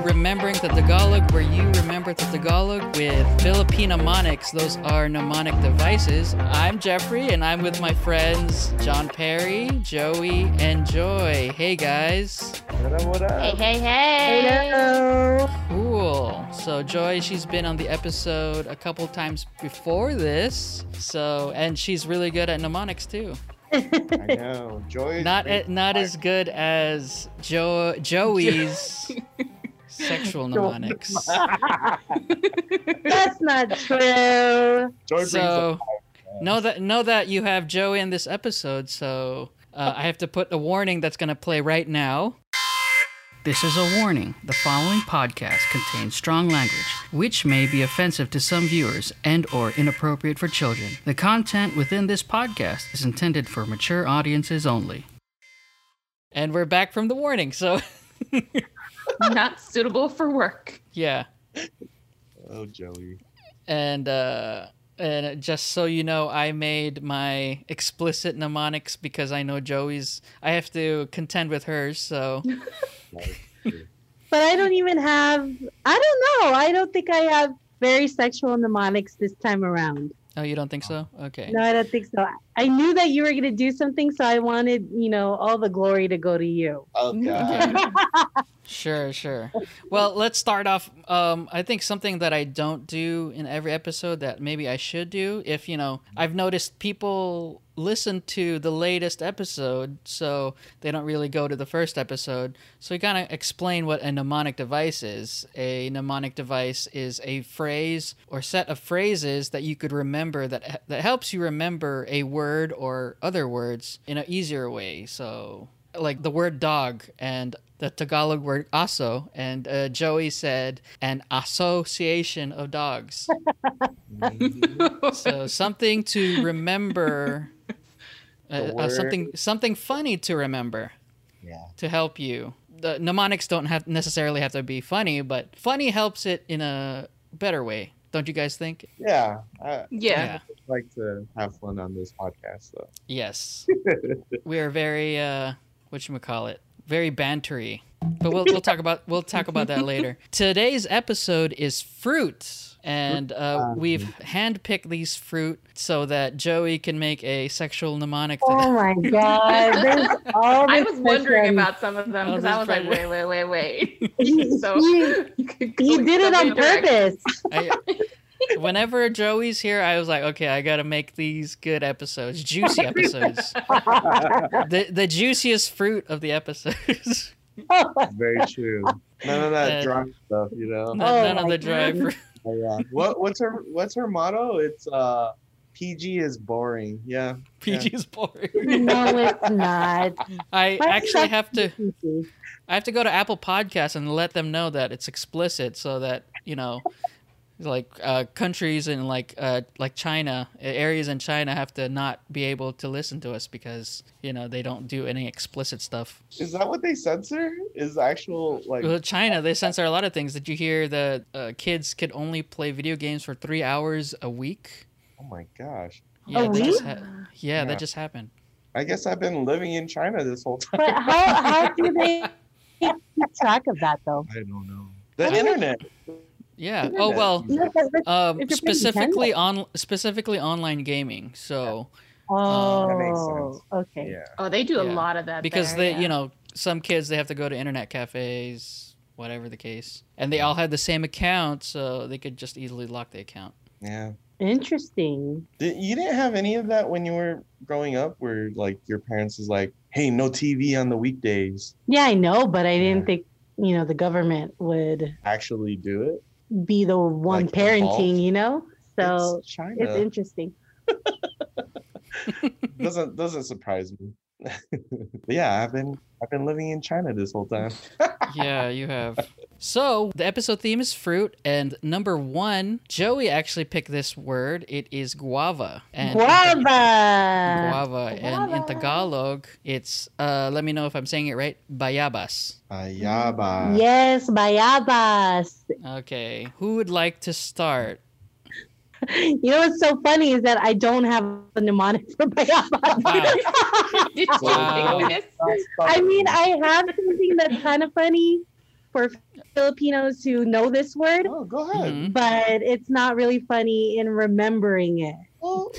the Tagalog, where you remember the Tagalog with Filipino mnemonics. Those are mnemonic devices. I'm Jeffrey, and I'm with my friends John Perry, Joey, and Joy. Hey, guys. What up, what up? Hey, hey, hey. Cool. So Joy, she's been on the episode a couple times before this. So, and she's really good at mnemonics too. I know. Joy. is Not great. a, not as good as jo- Joey's sexual mnemonics. That's not true. Joy brings So, the- know that know that you have Joey in this episode. So, uh, I have to put a warning that's going to play right now. This is a warning. The following podcast contains strong language, which may be offensive to some viewers and or inappropriate for children. The content within this podcast is intended for mature audiences only. And we're back from the warning, so not suitable for work. yeah. Oh, Joey. And uh and just so you know, I made my explicit mnemonics because I know Joey's I have to contend with hers, so But I don't even have. I don't know. I don't think I have very sexual mnemonics this time around. Oh, you don't think so? Okay. No, I don't think so. I knew that you were going to do something, so I wanted, you know, all the glory to go to you. Oh, God. Sure, sure. Well, let's start off. Um, I think something that I don't do in every episode that maybe I should do, if you know, I've noticed people listen to the latest episode, so they don't really go to the first episode. So you gotta explain what a mnemonic device is. A mnemonic device is a phrase or set of phrases that you could remember that that helps you remember a word or other words in an easier way. So like the word dog and the Tagalog word aso. And uh, Joey said an association of dogs. so something to remember, uh, The uh, word. something something funny to remember yeah. to help you. The mnemonics don't have necessarily have to be funny, but funny helps it in a better way. Don't you guys think? Yeah. I Yeah. like to have fun on this podcast, though. Yes. we are very uh what you call it? Very bantery. But we'll we'll talk about we'll talk about that later. Today's episode is fruit. And uh, we've handpicked these fruit so that Joey can make a sexual mnemonic. Oh my God. There's all I this was wondering sexual- about some of them Oh, because this I was like, predator. wait, wait, wait, wait. He, So he, you could he go did it some on direction. purpose. Oh, I, whenever Joey's here, I was like, okay, I got to make these good episodes, juicy episodes. the, the juiciest fruit of the episodes. Very true. None of that Uh, drunk stuff, you know. None, Oh none of my the dry God. fruit. Oh, yeah. What What's her What's her motto? It's uh, PG is boring. Yeah. PG is boring. No, it's not. I Why is actually that- have to. I have to go to Apple Podcasts and let them know that it's explicit, so that you know, like uh, countries in like uh, like China, areas in China have to not be able to listen to us because you know they don't do any explicit stuff. Is that what they censor? Is actual like? Well, China they censor a lot of things. Did you hear that uh, kids could only play video games for three hours a week? Oh my gosh. Yeah, that week? just ha- yeah, Yeah. that just happened. I guess I've been living in China this whole time. But how, how do they keep track of that, though? I don't know. The I don't- internet. Yeah. Internet. Oh well. No, but- but- Um, If you're playing specifically on specifically online gaming. So. Oh, That makes sense. okay. Yeah. Oh, they do a Yeah. lot of that because there, they yeah. you know some kids they have to go to internet cafes whatever the case and they all had the same account so they could just easily lock the account Yeah. Interesting. Did, you didn't have any of that when you were growing up, where like your parents is like, "Hey, no TV on the weekdays." Yeah, I know, but I didn't Yeah. think you know the government would Actually, do it. be the one Like, parenting. involved? You know, so it's China it's interesting. doesn't doesn't surprise me. But yeah, I've been I've been living in China this whole time. yeah you have so the episode theme is fruit and number one joey actually picked this word it is guava and Guava. guava and in Guava. tagalog it's uh let me know if i'm saying it right bayabas Ah, Ayaba. Yes, bayabas. okay who would like to start You know what's so funny is that I don't have a mnemonic for bayabas. Wow. Did you Wow. think this? I mean, I have something that's kind of funny, for Filipinos who know this word, Oh, go ahead. Hmm. Mhm. but it's not really funny in remembering it. Well,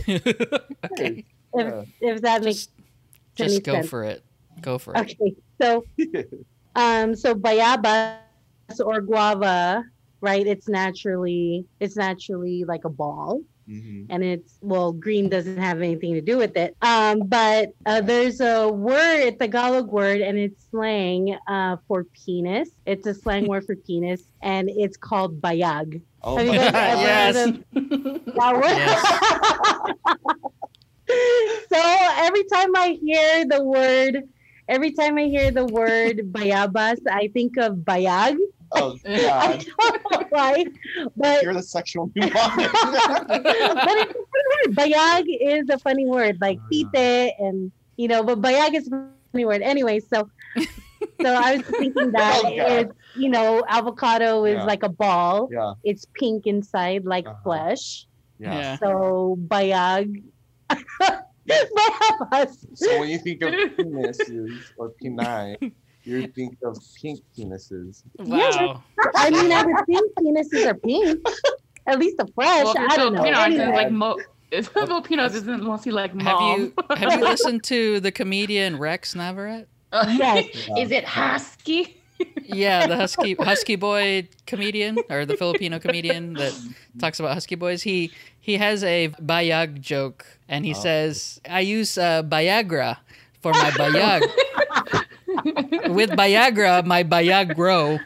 okay. yeah. If that makes Just, just go sense. for it. Go for it. okay, so um, so bayabas or guava, right? It's naturally it's naturally like a ball. Mhm. and it's well green doesn't have anything to do with it um, but uh, there's a word it's a tagalog word and it's slang uh, for penis it's a slang word for penis and it's called bayag Oh Have you my Yes. God. guys ever heard of that word? so every time I hear the word, every time I hear the word bayabas, I think of bayag. Oh, God. Why? But You're the sexual mnemonic. but it's a funny word. Bayag is a funny word, like Oh, tite and you know, but bayag is a funny word. Anyway, so so I was thinking that Oh, God. it's you know, avocado is Yeah. like a ball. yeah, It's pink inside like Uh-huh. flesh. yeah. Yeah. So bayag Bayabas. So when you think of penises or peni, you think of pink penises. Wow. I mean I would think penises are pink. At least the flesh. Well, if you're I don't know. Filipino, Anyway. isn't like mo- if Filipinos isn't mostly like Have mom. you have you listened to the comedian Rex Navarrete? Yes. Is it husky? Yeah, the husky husky boy comedian or the Filipino comedian that talks about husky boys. He he has a bayag joke, and he Oh. says, "I use uh, Viagra for my bayag. With Viagra, my bayag grow."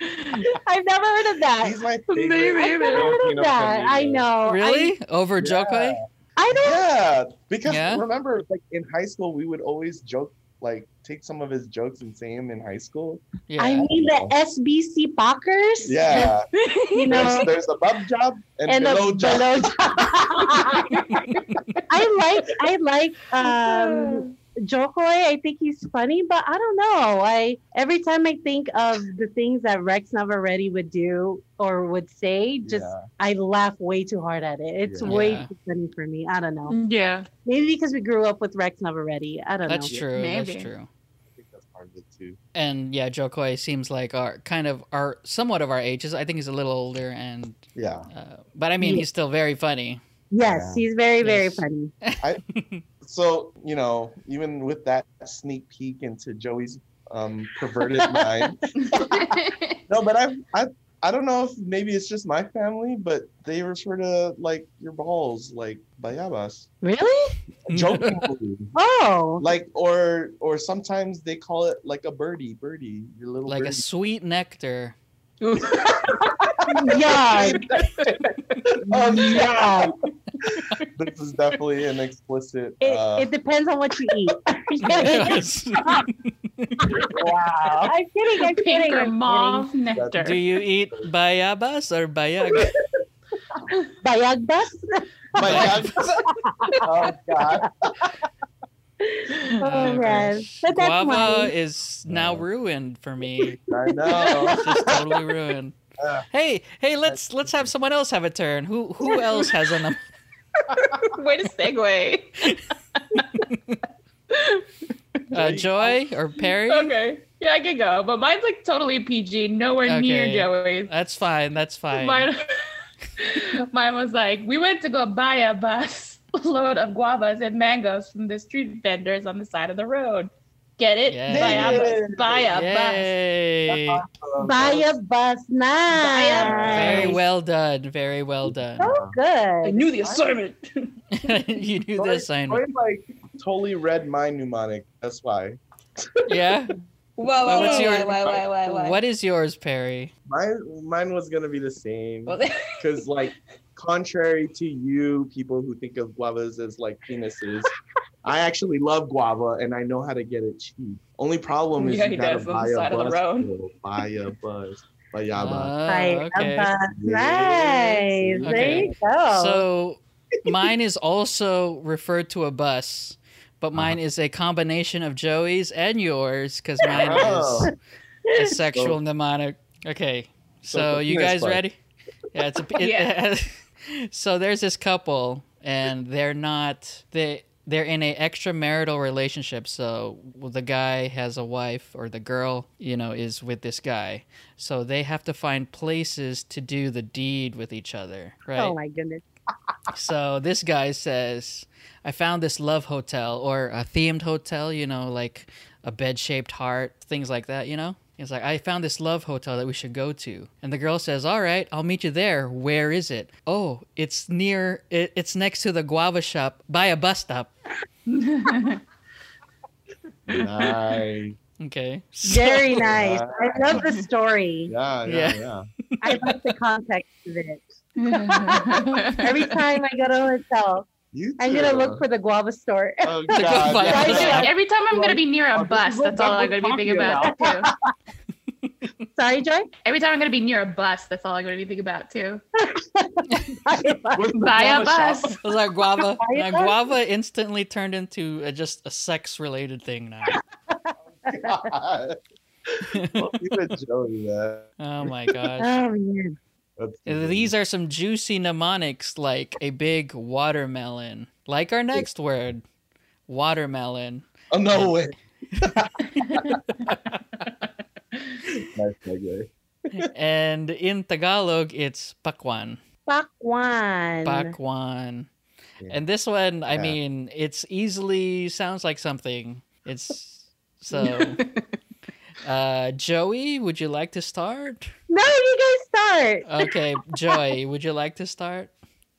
I've never heard of that. He's my Maybe, favorite. maybe. I've never heard of Filipino that. I comedian. know. Oh, I- Really? Over Yeah. Jokoy? I don't Yeah, because Yeah? remember, like in high school, we would always joke, like take some of his jokes and say him in high school. Yeah. I mean the SBC Oh. Packers. Yeah, You know, there's, there's above job and, and the below job. below job. I like I like um Jokoy. I think he's funny, but I don't know. I every time I think of the things that Rex Navarrete would do or would say, just Yeah. I laugh way too hard at it. It's Yeah. way Yeah. too funny for me. I don't know. yeah. Maybe because we grew up with Rex Navarrete. I don't That's know. true. That's Maybe. true. I think that's part of it too. And yeah, Jokoy seems like our kind of our somewhat of our ages. I think he's a little older, and Yeah, uh, but I mean Yeah. he's still very funny. Yes, Yeah. he's very, very Yes. funny. so you know, even with that sneak peek into Joey's um, perverted mind, No, but I've, I I don't know if maybe it's just my family, but they refer to like your balls like bayabas, Really? Mm. jokingly, Oh. like or or sometimes they call it like a birdie, birdie, your little like a birdie. sweet nectar. yeah. Oh, yeah. this is definitely an explicit. It, uh, it depends on what you eat. I'm kidding. Yes. wow. I'm kidding. I'm Pink kidding. or I'm mauve nectar. Do you eat bayabas or bayag? kidding. Bayag bus? Bayabas. oh God. Oh, yes. But that's Guava mine. is now Yeah. ruined for me. I know. It's just totally ruined. Yeah. Hey, hey, let's let's have someone else have a turn. Who who else has uh, a number? Way to segue. Uh, Joy or Perry? okay. Yeah, I can go. But mine's like totally PG, nowhere near Okay. Joey's. That's fine. That's fine. Mine, mine was like, we went to go buy a bus load of guavas and mangoes from the street vendors on the side of the road. Get it? Yeah. Buy a bus. Buy a bus. Yay! um, Bayag bus. Nice. Very well done. Very well done. So good. knew the assignment. you knew Joy- the assignment. Joy, like totally read my mnemonic. That's why. Yeah. Why, why, What's why, your- why, why, why, why, why? What is yours, Perry? Mine, mine was gonna be the same Well, there- because, like, contrary to you people who think of guavas as like penises, I actually love guava and I know how to get it cheap. Only problem is Yeah, you he gotta does, on buy the a side of the bus. road. bro. Buy a bus. Buy a bus. Oh, Bayag okay. bus. Yes. Nice. There you go. Oh So mine is also referred to a bus, but mine is a combination of Joey's and yours because mine Oh. is a sexual mnemonic. Okay, So so it's a you penis guys bus. ready? Yeah, it's a. It, Yeah. so there's this couple, and they're not they. they're in a extramarital relationship. So the guy has a wife, or the girl, you know, is with this guy. So they have to find places to do the deed with each other, right? Oh my goodness. so this guy says, I found this love hotel or a themed hotel, you know, like a bed shaped heart, things like that, you know? He's like, I found this love hotel that we should go to. And the girl says, All right, I'll meet you there. Where is it? Oh, it's near, it, it's next to the guava shop by a bus stop. Nice. Okay. So- Very nice. I love the story. Yeah, yeah, Yeah. yeah. I love the context of it. Every time I go to a hotel, You I'm gonna look for the guava store. Oh, God, Like, I yeah. feel like every time I'm gonna be near a Well, bus, that's all I'm gonna be thinking about too. Sorry, Joy. Every time I'm gonna be near a bus, that's all I'm gonna be thinking about too. Where's the Buy a guava shop? bus. It was like guava. Why Now, is that? guava instantly turned into a, just a sex related thing now. God. Well, you and Joey, man. Oh my gosh. Oh man. That's good. These are some juicy mnemonics like a big watermelon. Like our next word, watermelon. Oh no way. nice segue. and in Tagalog, it's pakwan. Fuck one. Pakwan. Yeah. And this one, I Yeah. mean, it's easily sounds like something. It's so. uh, Joey, would you like to start? No, you guys start. Okay, Joey, would you like to start?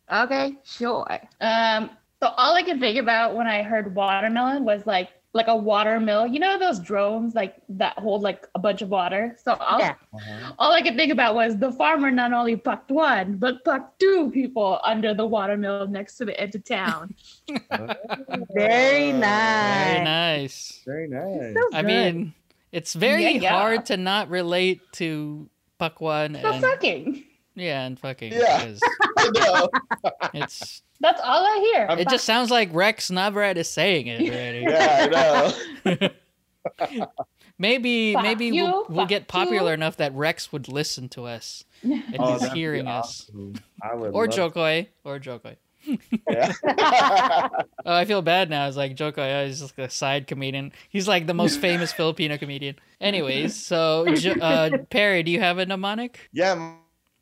Okay, sure. Um, so all I could think about when I heard watermelon was like like a watermill. You know those drones like that hold like a bunch of water. So all, Yeah. Uh-huh. all I could think about was the farmer not only plucked one but plucked two people under the watermill next to the edge of town. Very Uh, Very nice. nice. Very nice. So I good. mean, it's very Yeah, yeah. hard to not relate to Pakwan so and fucking. yeah, and fucking. Yeah. because No. It's That's all I hear. I'm- it just sounds like Rex Navarrete is saying it already. Yeah, I know. Maybe Fuck maybe you, we'll, we'll fuck get popular you. enough that Rex would listen to us and Oh, he's that'd be hearing us. awesome. I would Or love Jokoi, or Jokoi. that. Oh, I feel bad now. It's like Jokoi is just a side comedian. He's like the most famous Filipino comedian. Anyways, so jo- uh, Perry, do you have a mnemonic? Yeah,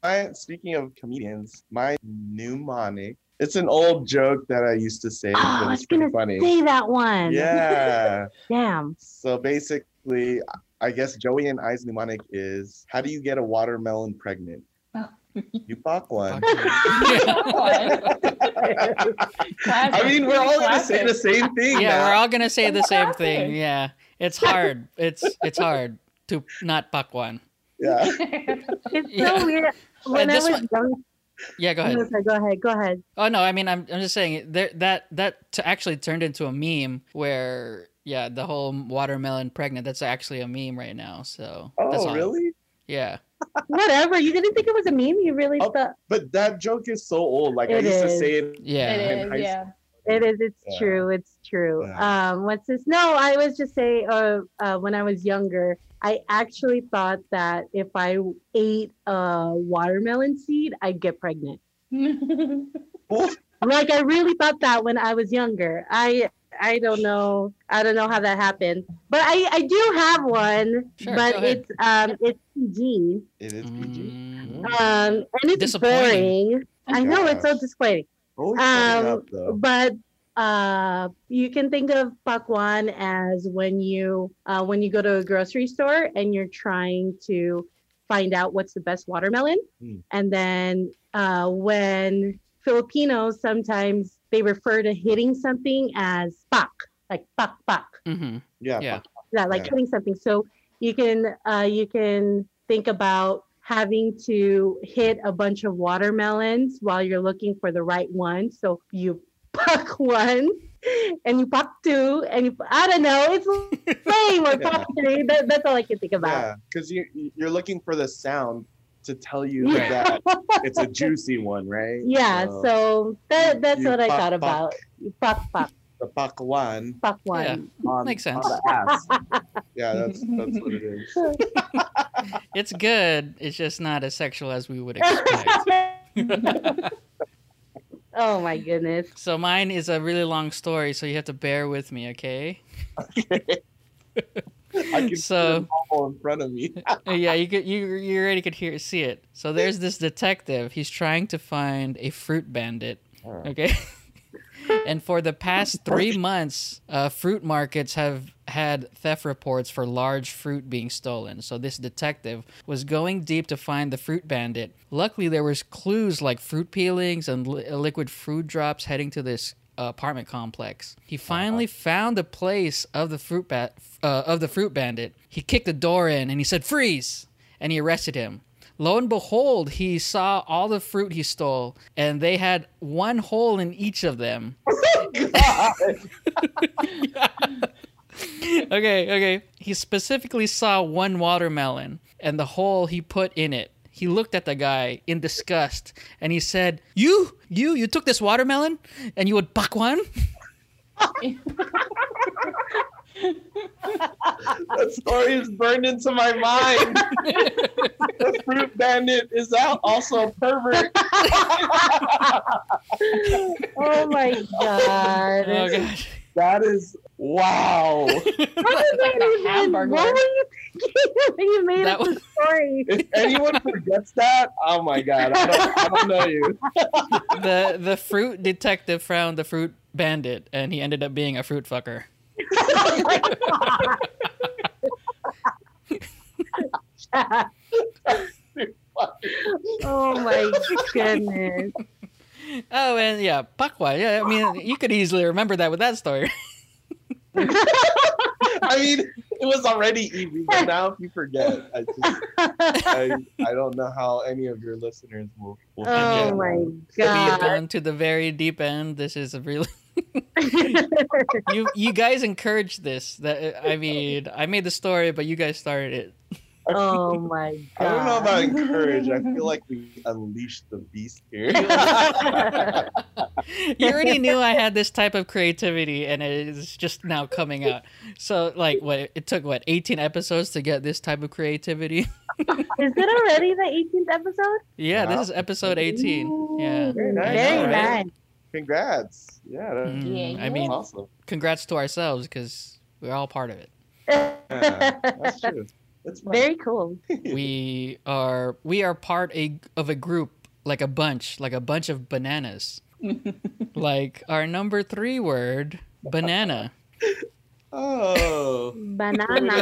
my speaking of comedians, my mnemonic. It's an old joke that I used to say, Oh, but I it's was pretty gonna funny. say that one. Yeah. Damn. so basically, I guess Joey and I's mnemonic is how do you get a watermelon pregnant? Oh. you pop one. yeah, I mean, we're all gonna say the same thing. we're now. all gonna say the same thing. Classic. Yeah, it's hard. It's it's hard to not buck one. yeah. It's so Yeah. weird. When I this was one- young, Yeah, go ahead. okay, go ahead, go ahead. Oh no, I mean, I'm I'm just saying there that that t- actually turned into a meme where yeah, the whole watermelon pregnant. That's actually a meme right now. So that's Oh, all. really? Yeah. Whatever. You didn't think it was a meme. You really Oh. thought But that joke is so old. Like I It used to is. say it. Yeah. in It high is, yeah. It is. It's Yeah. true. It's true. Yeah. Um, what's this? No, I was just saying. Uh, uh, when I was younger, I actually thought that if I ate a watermelon seed, I'd get pregnant. Like I really thought that when I was younger. I I don't know. I don't know how that happened, but I I do have one. Sure, go but ahead. it's um it's PG. It is PG. Mm. Mm. Um, and it's Disappointing. boring. I know it's so Gosh. disappointing. Oh, it's coming Um, up, though. but uh you can think of pakwan as when you uh when you go to a grocery store and you're trying to find out what's the best watermelon Mm. and then uh when filipinos sometimes they refer to hitting something as pak like pak pak Mhm. Yeah. yeah. yeah, like Yeah. hitting something. So you can uh, you can think about having to hit a bunch of watermelons while you're looking for the right one. So you puck one and you puck two and you I don't know. It's lame or Yeah. puck three. That, that's all I can think about. Yeah, because you you're looking for the sound to tell you Yeah. that it's a juicy one, right? Yeah, So, so that you- that's you what I puck, thought about. You puck puck the pakwan puck Yeah. one. on, Makes sense. on the ass. yeah, that's that's what it is. It's good. It's just not as sexual as we would expect. Oh my goodness. So mine is a really long story, so you have to bear with me, okay? I So- can so, see them all in front of me. Uh, yeah, you could you you already could hear see it. So there's this detective. He's trying to find a fruit bandit. Okay. and for the past three months, uh, fruit markets have had theft reports for large fruit being stolen. So this detective was going deep to find the fruit bandit. Luckily, there was clues like fruit peelings and li- uh, liquid fruit drops heading to this uh, apartment complex. He finally found the place of the fruit ba- uh, of the fruit bandit. He kicked the door in and he said, "Freeze!" and he arrested him. Lo and behold, he saw all the fruit he stole, and they had one hole in each of them. okay, okay. He specifically saw one watermelon and the hole he put in it. He looked at the guy in disgust and he said, You, you, you took this watermelon and you would buck one? that story is burned into my mind. the fruit bandit is out, also a pervert. Oh my god. Oh, gosh. That is wow. How did like that a even- hamburger. What were you thinking when you made That up the story? If anyone forgets that, oh my god, I don't, I don't know you. The, the fruit detective found the fruit bandit and he ended up being a fruit fucker. oh my goodness. Oh, and yeah, Pakwa. Yeah, I mean, you could easily remember that with that story. I mean, it was already easy, but now if you forget, I just I, I don't know how any of your listeners will. will Oh forget. my We've god. gone to the very deep end. This is a real. You you guys encouraged this. That I mean, I made the story, but you guys started it. oh my god. I don't know about encourage. I feel like we unleashed the beast here. You already knew I had this type of creativity, and it is just now coming out. So, like, what it took what eighteen episodes to get this type of creativity. Is it already the 18th episode? Yeah, Wow. this is episode eighteen. Yeah. Very nice. Very All right. nice. Congrats. Yeah, that's Mm, I yeah. mean, awesome. congrats to ourselves because we're all part of it. Yeah, Uh, that's true. That's fun. Very cool. we are we are part a, of a group like a bunch like a bunch of bananas like our number three word banana Oh. Banana.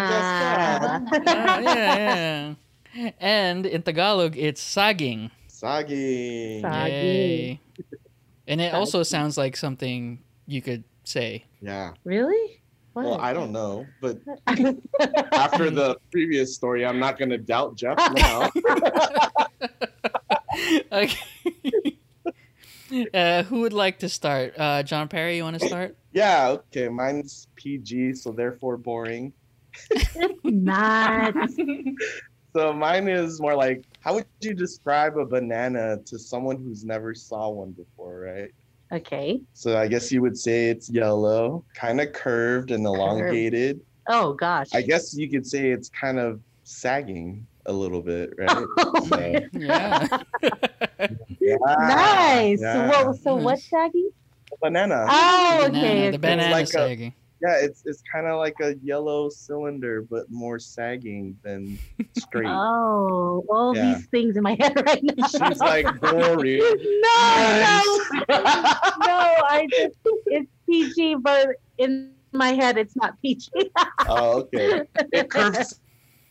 yeah, yeah, yeah. and in tagalog it's saging Sagi. Sag- Saging. Yay. and it also sounds like something you could say Yeah. really? What? Well, I don't know, but after the previous story, I'm not going to doubt Jeff now. okay uh, who would like to start uh, john perry you want to start yeah, okay. Mine's PG, so therefore boring. Not. So mine is more like how would you describe a banana to someone who's never saw one before, right? Okay. So I guess you would say it's yellow, kind of curved and elongated. Oh gosh. I guess you could say it's kind of sagging a little bit, right? Oh, my So, yeah yeah, Nice. yeah. Well, so what's saggy? banana. Oh, Hmm. Banana, okay. the okay. banana Like a- sagging Yeah, it's it's kind of like a yellow cylinder, but more sagging than straight. Oh, all Yeah. these things in my head right now. She's like boring. no, no, Nice. no. I just, it's PG, but in my head, it's not PG. oh, okay. It curves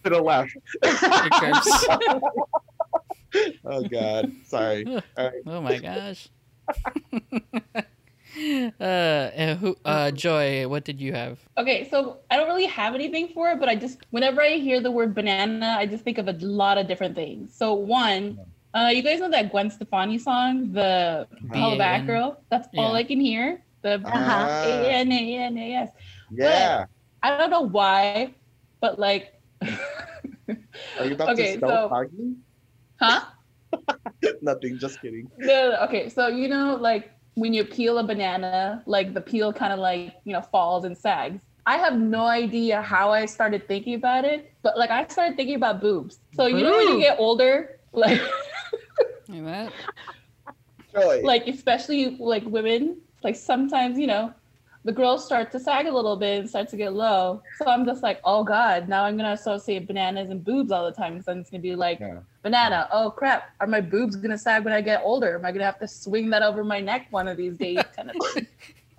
to the left. It curves. Oh God, sorry. Oh my gosh. uh, uh, who, uh, Joy, what did you have? Okay, so I don't really have anything for it, but I just whenever I hear the word banana, I just think of a lot of different things. So one, uh, you guys know that Gwen Stefani song, the Call BAN. Back Girl. That's all Yeah. I can hear. The Ah. A N A N A S. Yeah. I don't know why, but like, Are you about Okay, to spell so- soggy? huh? Nothing. Just kidding. No, no, okay, so you know, like when you peel a banana, like the peel kind of like you know falls and sags. I have no idea how I started thinking about it, but like I started thinking about boobs. So you know when you Boobs. get older, like Like that? Joy. like especially like women like sometimes you know the girls start to sag a little bit and start to get low so i'm just like oh god now i'm gonna associate bananas and boobs all the time so i'm just gonna be like Yeah. banana oh crap are my boobs gonna sag when i get older am i gonna have to swing that over my neck one of these days kind of thing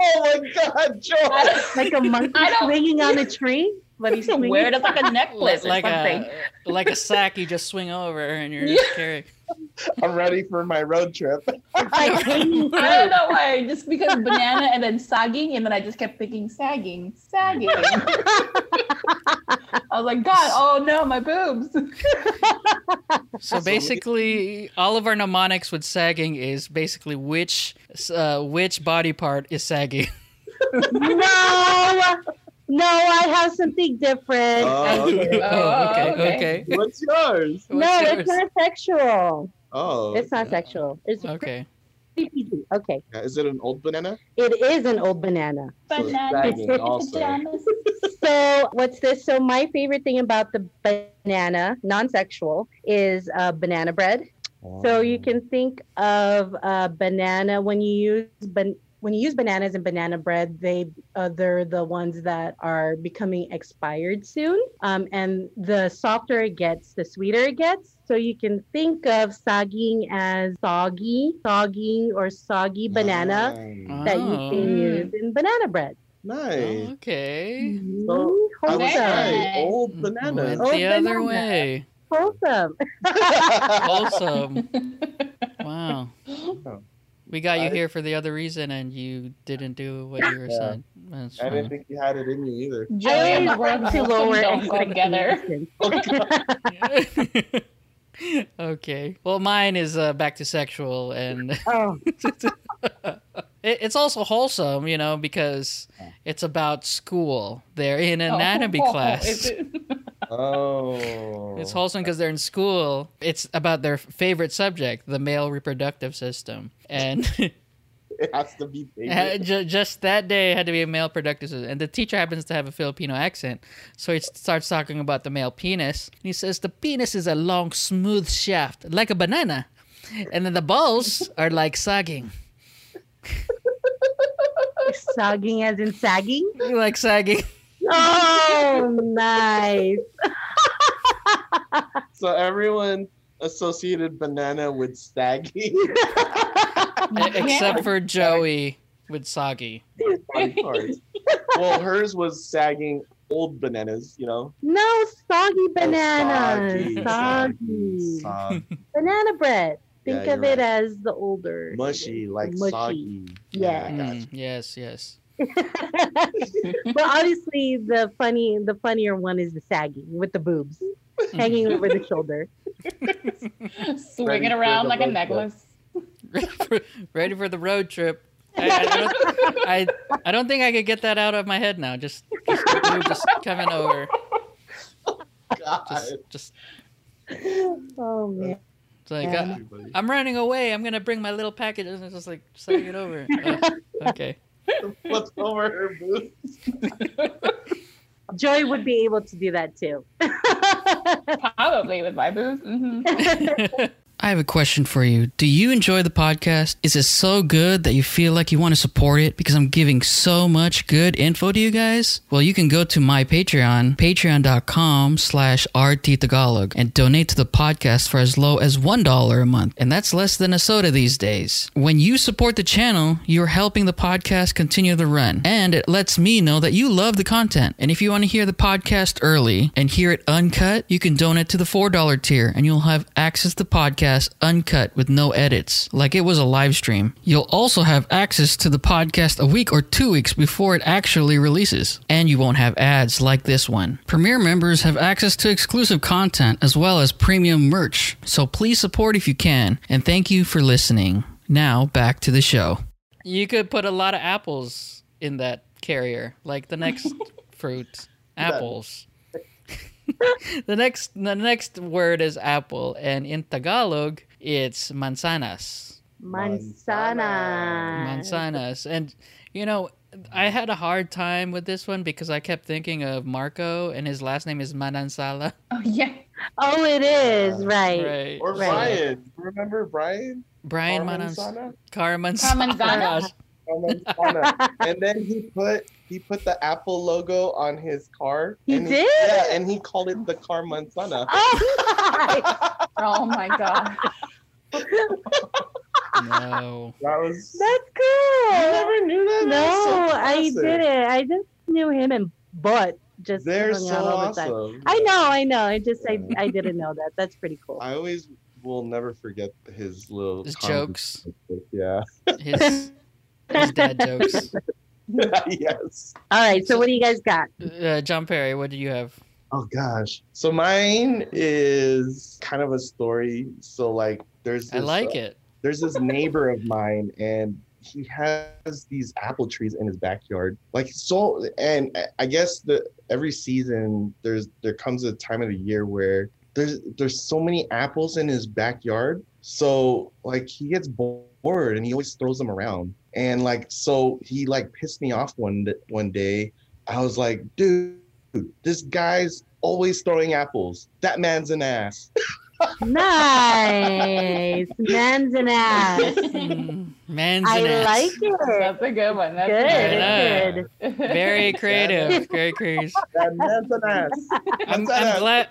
oh my God, Joy. I like a monkey I don't- swinging on a tree. But he's don't swinging. wear it as like a necklace like or something a like a sack you just swing over and you're Yeah. carrying. I'm ready for my road trip. Like hanging I don't fruit. know why, just because banana and then sagging, and then I just kept thinking sagging, sagging. I was like, God, oh no, my boobs. So Absolutely. basically, all of our mnemonics with sagging is basically which uh, which body part is sagging. No, no, I have something different. Oh, okay. Oh, okay. What's yours? no, What's yours? it's not sexual. Oh, It's not sexual. It's Okay. pretty PG. Okay, Yeah, Is it an old banana? it is an old banana. So Bananas, sagging also. pajamas. so what's this so my favorite thing about the banana non-sexual is uh, banana bread so you Oh. can think of uh, banana when you use ban- when you use bananas and banana bread, they uh, they're the ones that are becoming expired soon. Um, and the softer it gets, the sweeter it gets. So you can think of sagging as soggy, soggy or soggy banana Ah, that you Oh. can use in banana bread. nice. Okay. I Mm, wholesome. was right. Mm-hmm. Old Went banana. Oh, the other banana. way. wholesome. Oh. Awesome. wow. We got you I- here for the other reason, and you didn't do what you were Yeah. saying. That's I didn't fine. think you had it in you either. Joey and the world to lower don't go together. expectations. okay. Well, mine is uh, back to sexual, and it, Oh, it's also wholesome, you know, because it's about school. They're in anatomy Oh, class. is it- Oh. It's wholesome because they're in school. It's about their favorite subject, the male reproductive system, and It has to be baby. ju- just that day had to be a male productive system. And the teacher happens to have a Filipino accent, so he starts talking about the male penis. And he says the penis is a long, smooth shaft like a banana, and then the balls are like sagging, sagging as in sagging. like sagging. Oh, nice. So everyone associated banana with saggy E- Except for Joey with soggy. body parts. well, hers was sagging old bananas, you know? No, soggy bananas. Soggy, soggy, Soggy. soggy. Banana bread. Yeah, Think you're of it right. as the older. Mushy, like Mushy. soggy. Yeah. I got Mm, yes, yes. but honestly, the funny, the funnier one is the sagging with the boobs Mm-hmm. hanging over the shoulder. Swing Ready it for around the like a road trip. necklace. ready, for, ready for the road trip. I, I, don't, I, I don't think I could get that out of my head now. Just, just, the boob just coming over. God. Just, just Oh man. it's like uh, Yeah. Everybody. I, am running away. I'm gonna bring my little package and it's just like sliding it over. Oh, okay. What's over her boob? Joy would be able to do that too. Probably with my boobs. hmm I have a question for you. Do you enjoy the podcast? Is it so good that you feel like you want to support it because I'm giving so much good info to you guys? Well, you can go to my Patreon, patreon.com slash RT Tagalog, and donate to the podcast for as low as $1 a month. And that's less than a soda these days. When you support the channel, you're helping the podcast continue the run. And it lets me know that you love the content. And if you want to hear the podcast early and hear it uncut, you can donate to the $4 tier and you'll have access to the podcast uncut with no edits, like it was a live stream. You'll also have access to the podcast a week or two weeks before it actually releases. And you won't have ads like this one. Premier members have access to exclusive content as well as premium merch. So please support if you can. And thank you for listening. Now back to the show. You could put a lot of apples in that carrier, like the next fruit, apples. the next the next word is apple, and in Tagalog it's manzanas. Manzana. Manzanas, and you know. I had a hard time with this one because I kept thinking of Marco and his last name is Manansala. Oh yeah. Oh, it is right. Right. Or so- Right. Brian. Remember Brian? Brian Manas. Parmesan? Carmen's. Parmesan? Parmesan. and then he put he put the Apple logo on his car. He and did? yeah, and he called it the Car Manzana. Oh, Oh my god. No. That was. that's you cool. never knew that. That's so No, I classic. didn't. I just knew him and but just They're hung so out all the time. awesome. I know, I know. I just I, Yeah. I didn't know that. That's pretty cool. I always will never forget his little His conversations jokes. with- Yeah. His, his dad jokes. yes. All right, so what do you guys got? Uh, John Perry, what do you have? Oh gosh. So mine is kind of a story. So like, there's I this, uh, like it. there's this neighbor of mine and he has these apple trees in his backyard like so and I- i guess the every season there's there comes a time of the year where there's there's so many apples in his backyard so like he gets bored and he always throws them around and like so he like pissed me off one d- one day i was like dude this guy's always throwing apples that man's an ass Nice. Man's an ass. Mm, Man's I an ass. like it. That's a good one. Good. Yeah. Good. Very creative, very creative. that man's an ass I'm, I'm glad.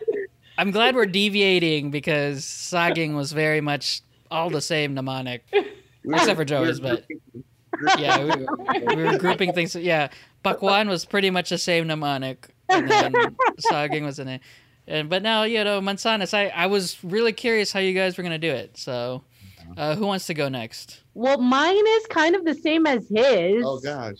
I'm glad we're deviating because sagging was very much all the same mnemonic. We were- Except for Joey's, we were- but- Yeah, we, were- we were grouping things. Yeah, Pakwan was pretty much the same mnemonic, and then sagging was in it. And but now you know Mansanas. I I was really curious how you guys were gonna do it. So, uh, who wants to go next? Well, mine is kind of the same as his. Oh gosh.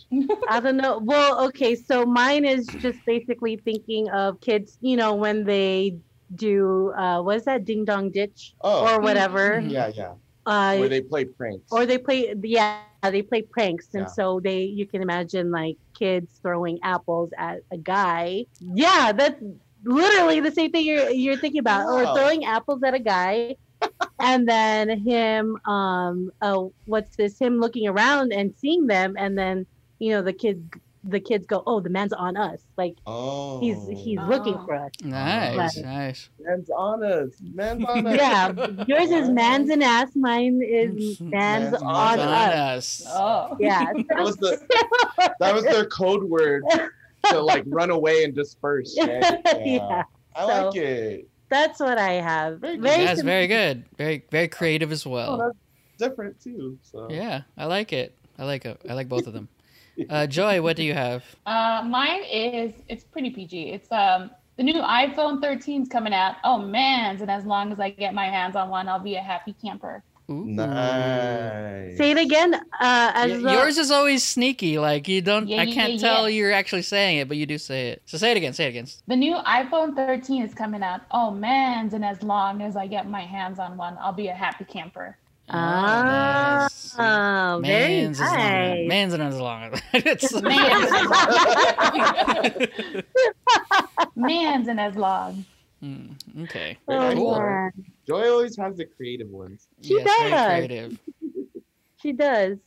I don't know. Well, okay, so mine is just basically thinking of kids, you know, when they do uh what is that ding dong ditch Oh or whatever. Mhm. yeah, yeah. Uh Where they play pranks. or they play yeah they play pranks and Yeah. so they you can imagine like kids throwing apples at a guy yeah that's literally the same thing you're you're thinking about Wow. or throwing apples at a guy and then him um oh what's this him looking around and seeing them and then you know the kids the kids go oh the man's on us like oh. he's he's Oh. looking for us Nice, nice. Man's on us. Man's on us. yeah yours is man's an ass mine Man's- is man's, man's on on, us, us. Oh. yeah That was the that was their code word to like run away and disperse. right? yeah. I So- like it. That's what I have. Very That's sim- very good. Very very creative as Oh, well. that's different too. So Yeah, I like it. I like it. I like both of them. Uh, Joy, what do you have? Uh, mine is it's pretty PG. It's um the new iPhone 13's coming out. Oh man, and as long as I get my hands on one, I'll be a happy camper. Ooh. Nice. Say it again. Uh, Y- as the- yours is always sneaky. Like you don't. Yeah, I yeah, can't yeah, tell yeah. you're actually saying it, but you do say it. So say it again. Say it again. The new iPhone 13 is coming out. Oh man, and as long as I get my hands on one, I'll be a happy camper. Ah, nice. oh, very Man's is longer. nice. Man's is longer. It's- Man. Man's and as long. Hmm, okay. Oh, Cool. man. Joy always has the creative ones. She yes, does. Very creative. She does.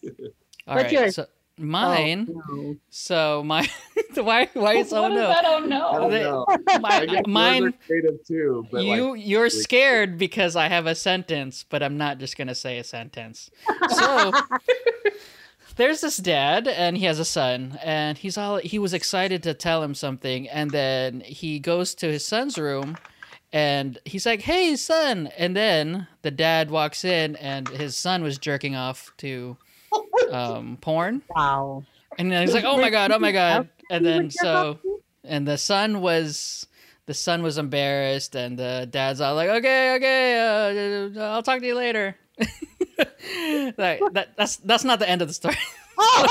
All What's right, yours? So mine. Oh, no. So my. why? Why is oh what is no? that? Oh I don't They- no. know. I guess My, yours are mine. creative too, but you like you're like- scared because I have a sentence, but I'm not just gonna say a sentence. So there's this dad, and he has a son, and he's all he was excited to tell him something, and then he goes to his son's room, and he's like, "Hey, son!" And then the dad walks in, and his son was jerking off to um, porn, Wow. and then he's like, "Oh my god, oh my god!" And You then would jerk so off too? and the son was the son was embarrassed and the dad's all like okay okay uh, i'll talk to you later like that, that's that's not the end of the story Oh.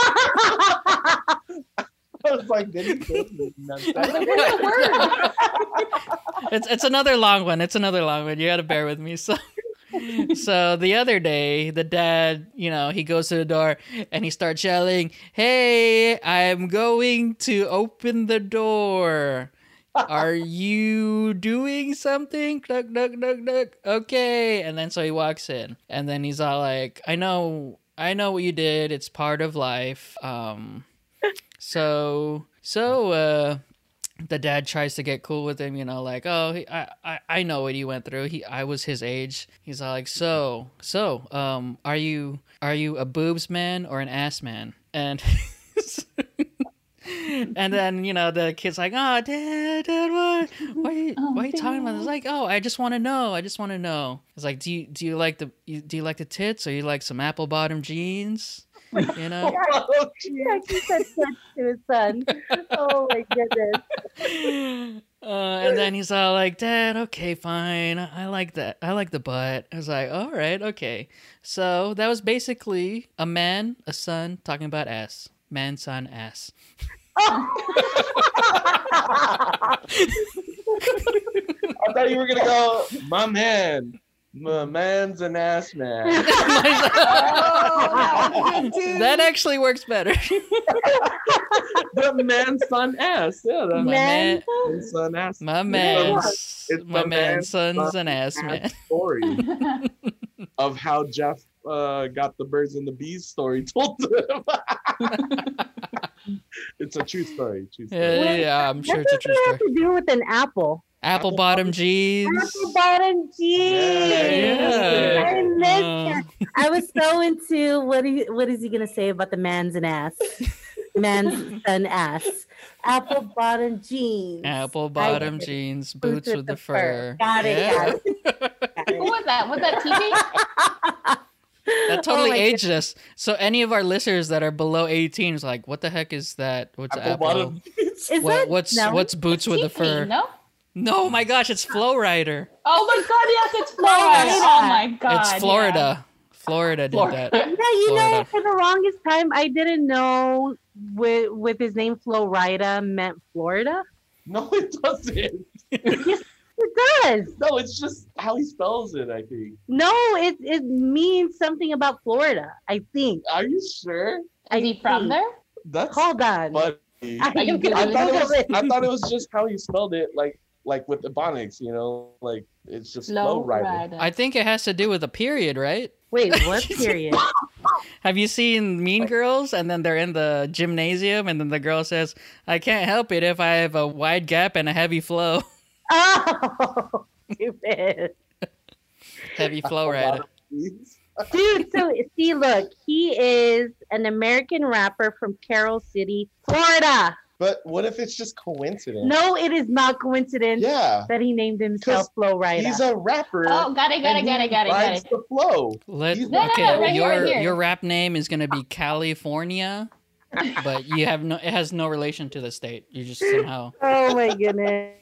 I was like, did he say nothing? What's the word? it's it's another long one it's another long one you gotta bear with me so so the other day the dad you know he goes to the door and he starts yelling hey i'm going to open the door are you doing something? Knock, knock, knock, knock. Okay. And then so he walks in, and then he's all like, "I know, I know what you did. It's part of life." Um, so so uh, the dad tries to get cool with him, you know, like, oh, he, I, I, I know what he went through. He, I was his age. He's all like, so, so, um, are you, are you a boobs man or an ass man? And, and then you know the kid's like, oh, dad, dad, what, why, are you, Oh, why are you talking about? This? Dad. Like, oh, I just want to know. I just want to know. It's like, do you, do you like the, you, do you like the tits or you like some apple bottom jeans? You know. Oh, geez. Yeah, he said that to his son. Oh my goodness. uh, and then he's all like, "Dad, okay, fine. I like that. I like the butt." I was like, "All right, okay." So that was basically a man, a son talking about ass. Man, son, ass. I thought you were gonna go, my man, my man's an ass man. Oh, that actually works better. the man's son ass. Yeah, my the man, Man. man's son ass. my man. man, It's my the man, man's son's an son ass man. story of how Jeff uh, got the birds and the bees story told to him. it's a true story. True story. Yeah, yeah, yeah, I'm sure What it's a does true it story. have to do with an apple? Apple bottom jeans. Apple bottom jeans. Yeah. I missed Uh, that. I was so into what he, what is he gonna say about the man's an ass, man's an ass, apple bottom jeans, Apple bottom it. jeans, boots with the fur. Got it. Yeah. Got it. got Who it. was that? Was that TV? That Oh totally my aged us. So any of our listeners that are below 18 is like, what the heck is that? What's Apple Apple? bottom. goodness. Is What, that- what's no? what's boots with the Tiffany, fur? No. No, my gosh, it's Flow Rider. Oh my God! Yes, it's Florida. Oh my God! it's Florida. Florida did Florida. that. Yeah, you know, Florida. for the longest time, I didn't know with with his name Flo Rida meant Florida. No, it doesn't. It does. No, it's just how he spells it. I think. No, it it means something about Florida. I think. Are you sure? I Is he from think. there? That's Hold on. funny. I, I'm Google gonna thought it was, Google it. I thought it was just how you spelled it, like like with ebonics, you know, like it's just Flow flow rider. Rider. I think it has to do with a period, right? Wait, what period? Have you seen Mean Girls? And then they're in the gymnasium, and then the girl says, "I can't help it if I have a wide gap and a heavy flow, oh, stupid. heavy flow rider." Dude, so see, look, he is an American rapper from Carroll City, Florida. But what if it's just coincidence? No, it is not coincidence Yeah. that he named himself Flo He's Rida. a rapper. Oh, got it, got it, and got he it, got it, got rides it. the flow. Let He's- okay, No, no, no, right your here, right here. your rap name is gonna be California, but you have no it has no relation to the state. You just somehow Oh my goodness.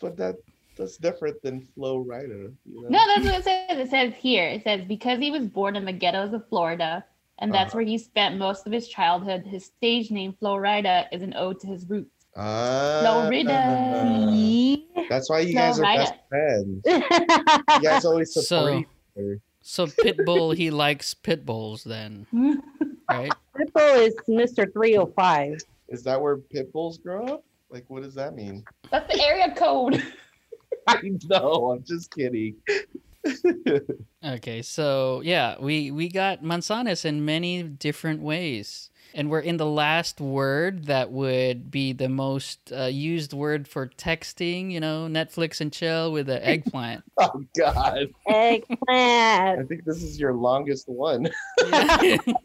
But that that's different than flow rider. You know? No, that's what it says. It says here. It says because he was born in the ghettos of Florida, and that's where he spent most of his childhood. His stage name Florida is an ode to his roots. Ah, Flow rider. That's why you Flow guys are rider. best friends. You guys always support So- each other. so Pitbull he likes pit bulls then, right? Pitbull is oh Mr. 305. Is that where pit bulls grow up? Like, what does that mean? that's the area code. I know. I'm just kidding. Okay, so yeah, we we got manzanas in many different ways. And we're in the last word that would be the most uh, used word for texting, you know, Netflix and chill with the eggplant. Oh God. I Eggplant. think this is your longest one.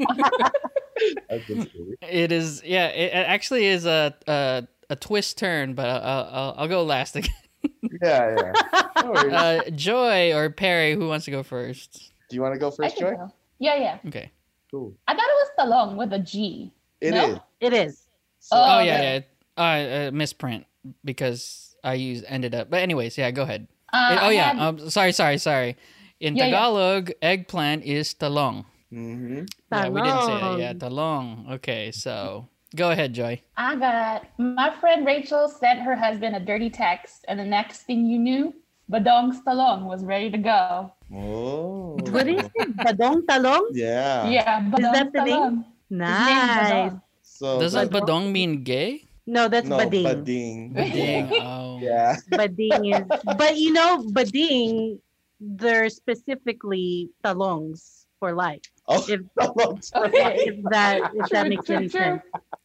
I'm just kidding. It is, yeah. It, it actually is a a, a twist turn, but I'll, I'll, I'll go last again. yeah, yeah. No worries. Uh, Joy or Perry, who wants to go first? Do you want to go I first, think Joy? so. Yeah, yeah. Okay. Cool. I thought it was Stallone with a G. It is. No? It is. So, Oh, Oh, yeah, yeah. okay. I uh, misprint because I used ended up. But anyways, yeah. Go ahead. Uh, oh I yeah. had- Um, sorry, sorry, sorry. In Yeah, yeah. Tagalog, eggplant is talong. Mhm. Yeah, we didn't say that. Talong. Yeah, talong. Okay, so go ahead, Joy. I got my friend Rachel sent her husband a dirty text, and the next thing you knew, Badong Stallone was ready to go. Oh. What is it? Badong talong? Yeah. yeah, Badong that the name? Stallone. His name is Nice. Badong. So Doesn't that's- badong mean gay? No, that's no, bading. bading. Dang. Yeah. Oh. yeah. Bading is, but you know, bading, they're specifically talongs for life. Oh, If, that's right. Okay. if that if that True, makes true, any true. sense.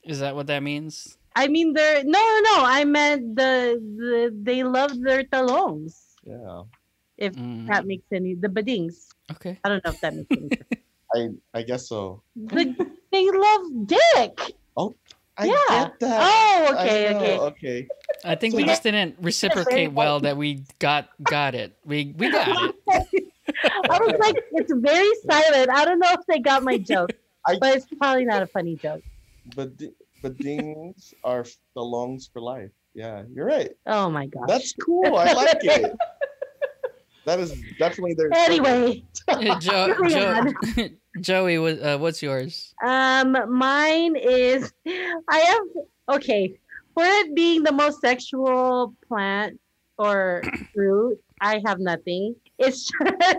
Is that what that means? I mean, they're no, no, no. I meant the, the they love their talongs. Yeah. If Mm, that makes any the badings. okay. I don't know if that makes any sense. I I guess so. Oh, But they love dick. I Yeah. get that. Oh, I okay, know, okay. okay. I think we So- just didn't reciprocate well that we got got it. We we got it. I was like, it's very silent. I don't know if they got my joke, I- but it's probably not a funny joke. But di- but dings are f- the longs for life. Yeah, you're right. Oh my gosh. That's cool. I like it. That is definitely their anyway. Uh, Jo- Moving Jo- Joey, what, uh, what's yours? Um, mine is I have okay for it being the most sexual plant or fruit. I have nothing. It's just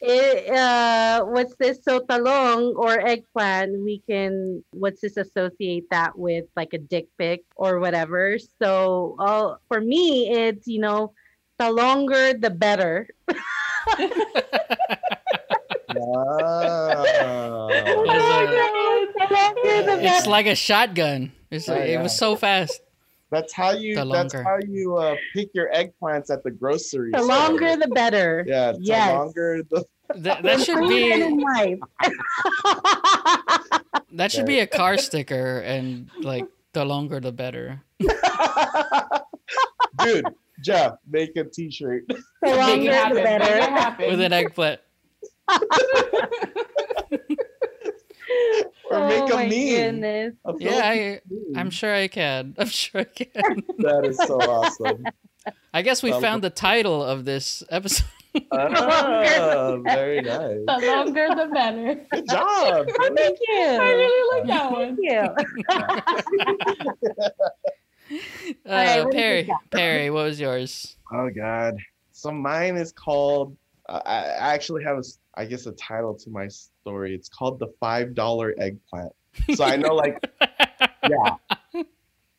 it, uh, what's this? So talong or eggplant, we can what's this associate that with like a dick pic or whatever. So all for me, it's you know the longer the better. Wow. It's The longer the It's better. like a shotgun. It's Oh, like, yeah. It was so fast. That's how you. The That's longer. how you uh, pick your eggplants at the grocery. The store. longer the better. Yeah. The Yes. longer the. That, that should Free men be in life. that should be a car sticker, and like the longer the better. Dude, Jeff, make a T-shirt. the Make it longer happen. the Make it better. happen. With an eggplant. Or make oh a my meme. Goodness. A Yeah, I, Philippine I'm meme. sure I can. I'm sure I can. That is so awesome. I guess we Well, found the title of this episode. Ah, very nice. The longer, the better. Good job. Oh, dude. thank I you. really like that one. Thank you. Uh, right, what do you Perry, Perry, what was yours? Oh God. So mine is called. uh, I I actually have, a s I guess, a title to my story. It's called the five dollar eggplant. So I know, like, yeah,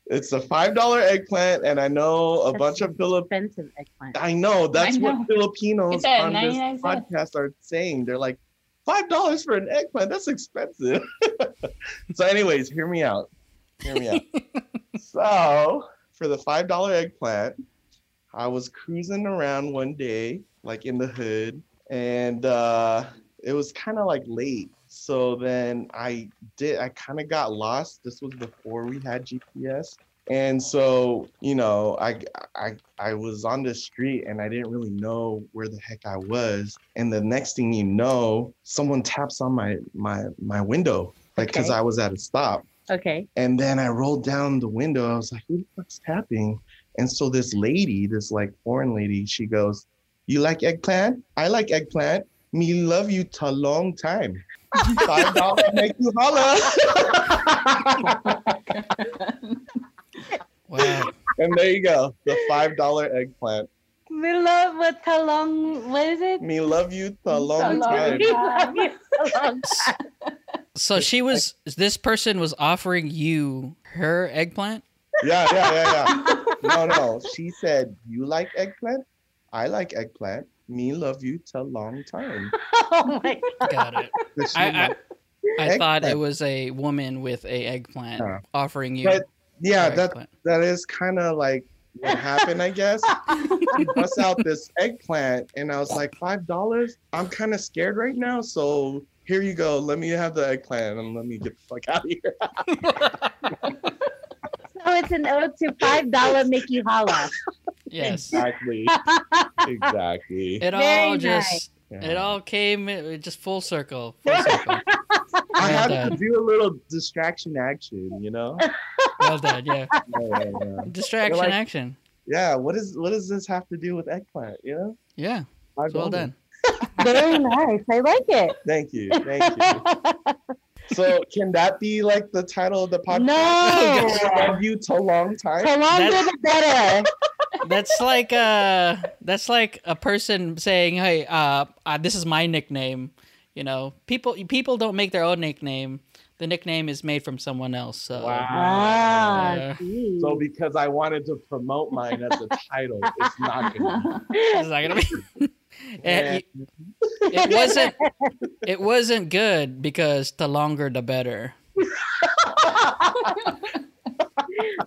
it's a five dollar eggplant, and I know a That's bunch of Philip. Expensive eggplant. I know that's I what know. Filipinos It's at on this 99 cents. podcast are saying. They're like, five dollars for an eggplant. That's expensive. so, anyways, hear me out. Hear me out. so, for the five dollar eggplant, I was cruising around one day, like in the hood, and uh, it was kind of like late. So then I did. I kind of got lost. This was before we had GPS. And so, you know, I I I was on the street and I didn't really know where the heck I was. And the next thing you know, someone taps on my my my window, like because Okay. I was at a stop. Okay. And then I rolled down the window. I was like, who the fuck's tapping? And so this lady, this like foreign lady, she goes, You like eggplant? I like eggplant. Me love you to long time. Five dollars make you holla. Wow. and there you go. The five dollar eggplant. We love what how long what is it? Me love you to long long time. We love you how long. So she was. This person was offering you her eggplant. Yeah, yeah, yeah, yeah. No, no. She said, You like eggplant? I like eggplant. Me love you to long time. Oh my Got it. But she I, I, I thought it Eggplant. was a woman with a eggplant Yeah. offering you. But- yeah, her that eggplant. that is kind of like what happened, I guess. She busts out this eggplant, and I was like, five dollars. I'm kind of scared right now, so here you go. Let me have the eggplant, and let me get the fuck out of here. so it's an ode to five dollar Mickey Holla. Yes. Exactly. exactly. It Very all just Yeah. it all came uh, just full circle. Full circle. I well had to done. do a little distraction action, you know. Well done. Yeah. Yeah, yeah, yeah. Distraction like- action. Yeah, What is what does this have to do with eggplant? You know. Yeah. Five Well dollars. done. Very nice. I like it. Thank you. Thank you. so can that be like the title of the podcast? No. Love you to long time. The longer That's- the better. That's like uh that's like a person saying, "Hey, uh, uh this is my nickname." You know, people people don't make their own nickname. The nickname is made from someone else. So Ah, Yeah. geez. So because I wanted to promote mine as a title, it's not gonna it's not gonna be. Yeah. it, it wasn't. It wasn't good because the longer the better.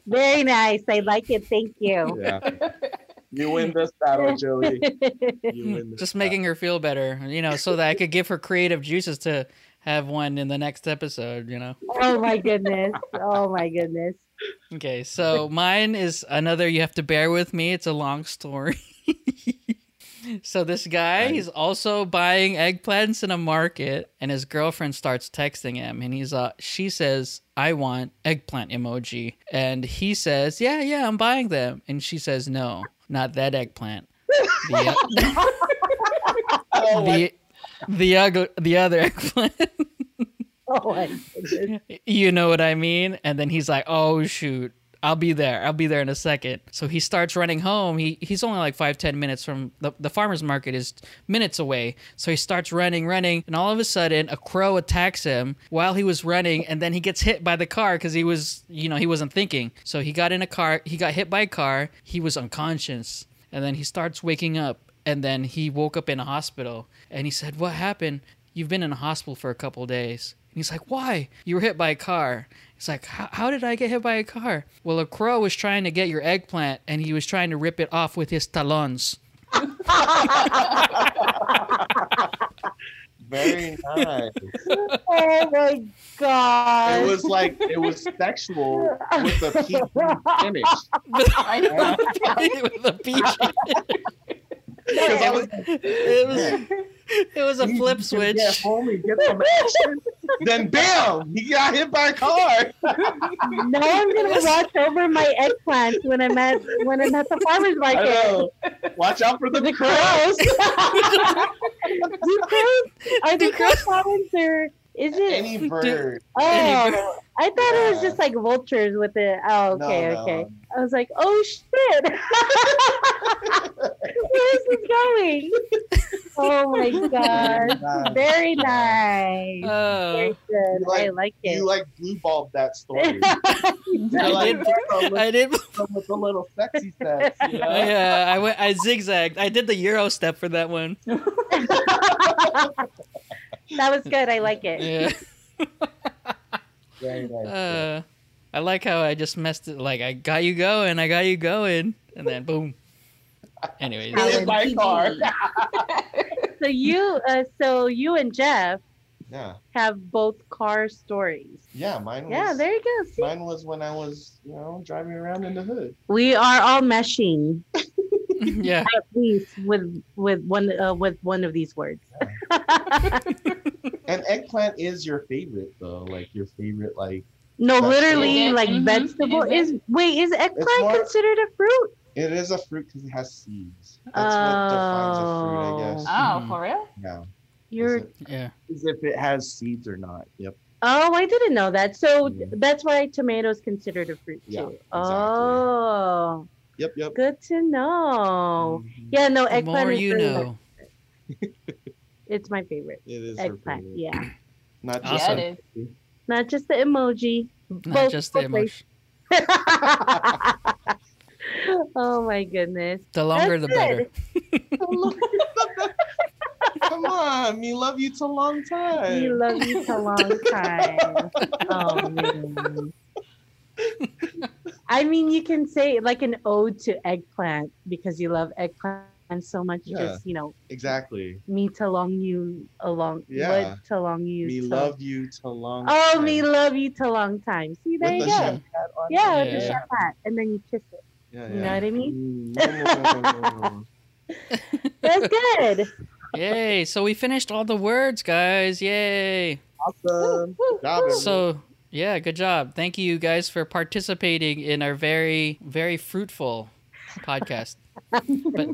Very nice. I like it. Thank you. Yeah. You win this battle, Joey. You win this Just battle. making her feel better, you know, so that I could give her creative juices to have one in the next episode, you know. oh my goodness. Oh my goodness. Okay, so mine is another you have to bear with me. It's a long story. so this guy Right. he's also buying eggplants in a market and his girlfriend starts texting him and he's uh she says, "I want eggplant emoji." And he says, "Yeah, yeah, I'm buying them." And she says, "No, not that eggplant." The, Oh, my- the, the, ugly, the other eggplant. Oh my goodness. you know what I mean? And then he's like, oh shoot, I'll be there. I'll be there in a second. So he starts running home. He he's only like five ten minutes from the the farmer's market is minutes away. So he starts running, running, and all of a sudden a crow attacks him while he was running, and then he gets hit by the car because he was you know he wasn't thinking. So he got in a car. He got hit by a car. He was unconscious, and then he starts waking up. And then he woke up in a hospital and he said, What happened? you've been in a hospital for a couple days. And he's like, why? You were hit by a car. He's like, "How- how did I get hit by a car? Well, a crow was trying to get your eggplant and he was trying to rip it off with his talons. very nice. Oh my god. It was like it was sexual with a PG finish. I know. With a peach. Because I was It was, it was a You flip can switch. Get home and get some action. then bam, he got hit by a car. No one's gonna watch over my eggplants when I'm at when I'm at the farmer's I market. know. Watch out for the, The crows. Do crows are Do they crows farmers or is it? Any bird. oh, Any I thought it was Yeah. just like vultures with it. Oh, okay, No, no. okay. I was like, oh shit, where is this going? Oh my god, Nice. very nice. Oh, very good. You like- I like it. You like blue balled that story. I You're like, did- "Oh, look I did. at him with a little sexy sense. You know? Yeah, I went. I zigzagged. I did the Euro step for that one. that was good. I like it. Yeah. Very nice. Uh, I like how I just messed it. Like I got you going, I got you going, and then boom. Anyways, Hit hit by a car. So you, uh, so you and Jeff yeah. have both car stories. Yeah, mine was Yeah, there you go. See, mine was when I was, you know, driving around in the hood. we are all meshing yeah, at least with with one uh, with one of these words. And eggplant is your favorite though. Like your favorite like No, That's literally, it. like Mhm. vegetable It is. is Wait, is eggplant more- considered a fruit? It is a fruit because it has seeds. Uh, That's what defines a fruit, I guess. Oh, for real? Yeah. You're. Is it- yeah. is if it has seeds or not. Yep. Oh, I didn't know that. So Mhm. that's why tomatoes considered a fruit too. Yeah, exactly. Oh, Yep. Yep. good to know. Mhm. Oh, Yeah, Mm. no, The eggplant more is you really- know. It's my favorite. It is her Eggplant, favorite. yeah. Not just Awesome. Yeah, it is. Not just the emoji. Not Both- just the both ways. emotion. oh my goodness. The longer, That's the better. Come on, me love you to long time. We love you for a long time. oh man. I mean, you can say like an ode to eggplant because you love eggplant so much. Yeah. Just you know, exactly. me to long you along. Yeah. What to long you? Me to- love you to long. Oh, time. me love you to long time. See, there With you the go. chef hat on. Yeah, with Yeah. the chef hat, and then you kiss it. Yeah, You know yeah. what I mean? Mm, That's good. Yay! So we finished all the words, guys. Yay! awesome. Good job, everyone. So yeah, good job. Thank you guys for participating in our very, very fruitful podcast. But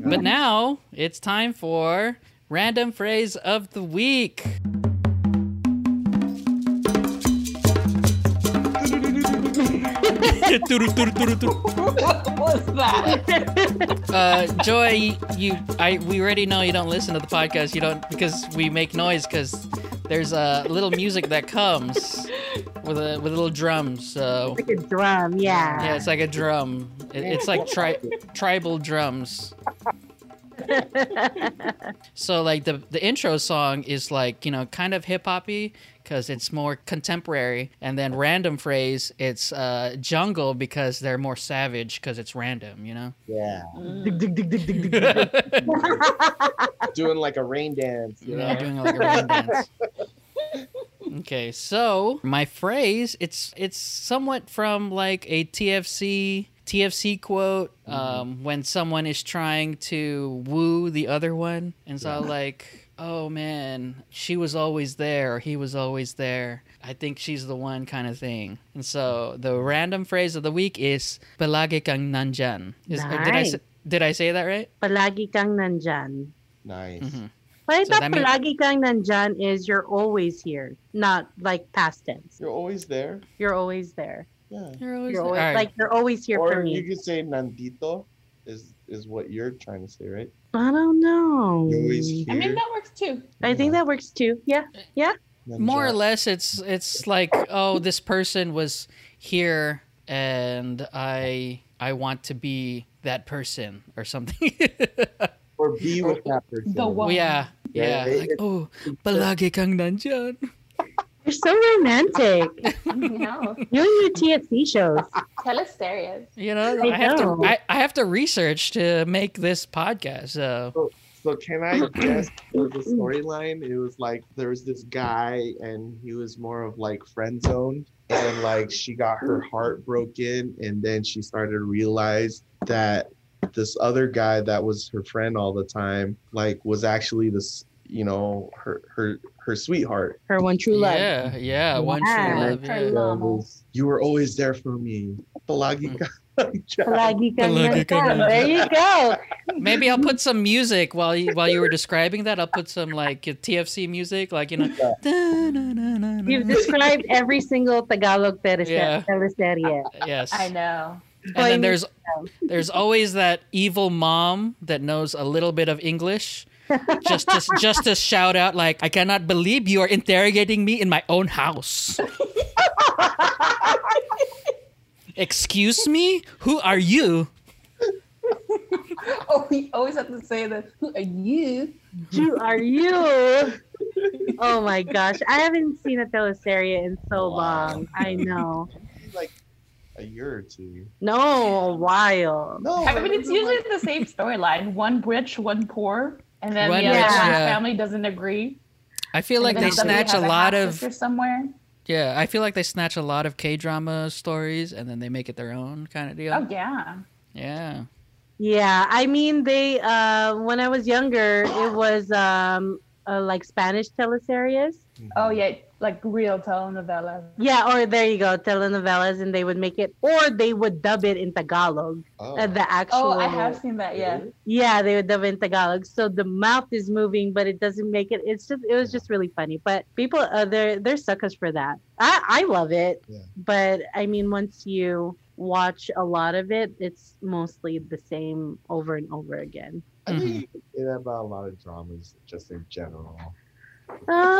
but now it's time for random phrase of the week. what was that? uh, Joy, you, I, we already know you don't listen to the podcast. You don't because we make noise because there's a uh, little music that comes with a with little drums. So Like a drum, yeah. yeah, it's like a drum. It, it's like tri- tribal drums. So like the the intro song is like you know kind of hip hoppy because it's more contemporary, and then random phrase it's uh, jungle because they're more savage because it's random, you know. Yeah. Mm. Dig, dig, dig, dig, dig, dig, dig. you Doing like a rain dance, you know? know, doing like a rain dance. Okay, so my phrase it's it's somewhat from like a TFC TFC quote um, when someone is trying to woo the other one, and so like, oh man, she was always there, or he was always there. I think she's the one kind of thing. And so the random phrase of the week is "Palagi kang nandyan." Is, uh, did I Nice. s- did I say that right? Palagi kang nandyan. Nice. Mm-hmm. Mhm. But I So thought that mean- palagi kang nandyan is you're always here, not like past tense. You're always there. You're always there. Yeah. You're always, You're there. always All right. like you're always here for Or you me. could say nandito is is what you're trying to say, right? I don't know. You're always here. I mean, that works too. I think that works too. Yeah. more or Nandyan. less it's it's like oh this person was here and i i want to be that person or something Or be with that person. The one. yeah yeah Yeah. like, oh palagi kang nandyan You're so romantic. no, you and your TFC shows. tell us serious. you know I i, have know. to I, I have to research to make this podcast so So can I guess the storyline? It was like there was this guy and he was more of like friend zoned and like she got her heart broken and then she started to realize that this other guy that was her friend all the time like was actually this you know her her her sweetheart. Her one true love. yeah yeah one true Yeah. love True yeah. love. You were always there for me. Palagi ka. Palagi kang Palagi kang nandyan. There you go. maybe i'll put some music while you while you were describing that i'll put some like tfc music like you know da-na-na-na-na. You've described every single Tagalog teres- Yeah. teleserye. yes I know. And then Going- there's there's always that evil mom that knows a little bit of English. just to just to shout out like I cannot believe you are interrogating me in my own house. Excuse me? Who are you? Oh, we always have to say that. Who are you? Who are you? Oh my gosh. I haven't seen a teleserie in so Wow. long. I know. like a year or two. No, a while. No, I mean, it's usually the same storyline: one rich, one poor, and then One the other rich, one's yeah. family doesn't agree. I feel like And they then somebody snatch a has lot of half-sister somewhere. yeah, I feel like they snatch a lot of K-drama stories and then they make it their own kind of deal. Oh yeah. Yeah. Yeah, I mean they uh when I was younger it was um uh, like Spanish teleseries. Oh yeah, like real telenovela. Yeah, or there you go, telenovelas and they would make it or they would dub it in Tagalog. Oh. Uh, the actual Oh, I have seen that. Yeah. Yeah, they would dub it in Tagalog. So the mouth is moving, but it doesn't make it. It's just it was just really funny. But people, uh, they're they're suckers for that. I I love it, Yeah. but I mean, once you watch a lot of it, it's mostly the same over and over again. Mm-hmm. I think you can say that about a lot of dramas just in general. Uh,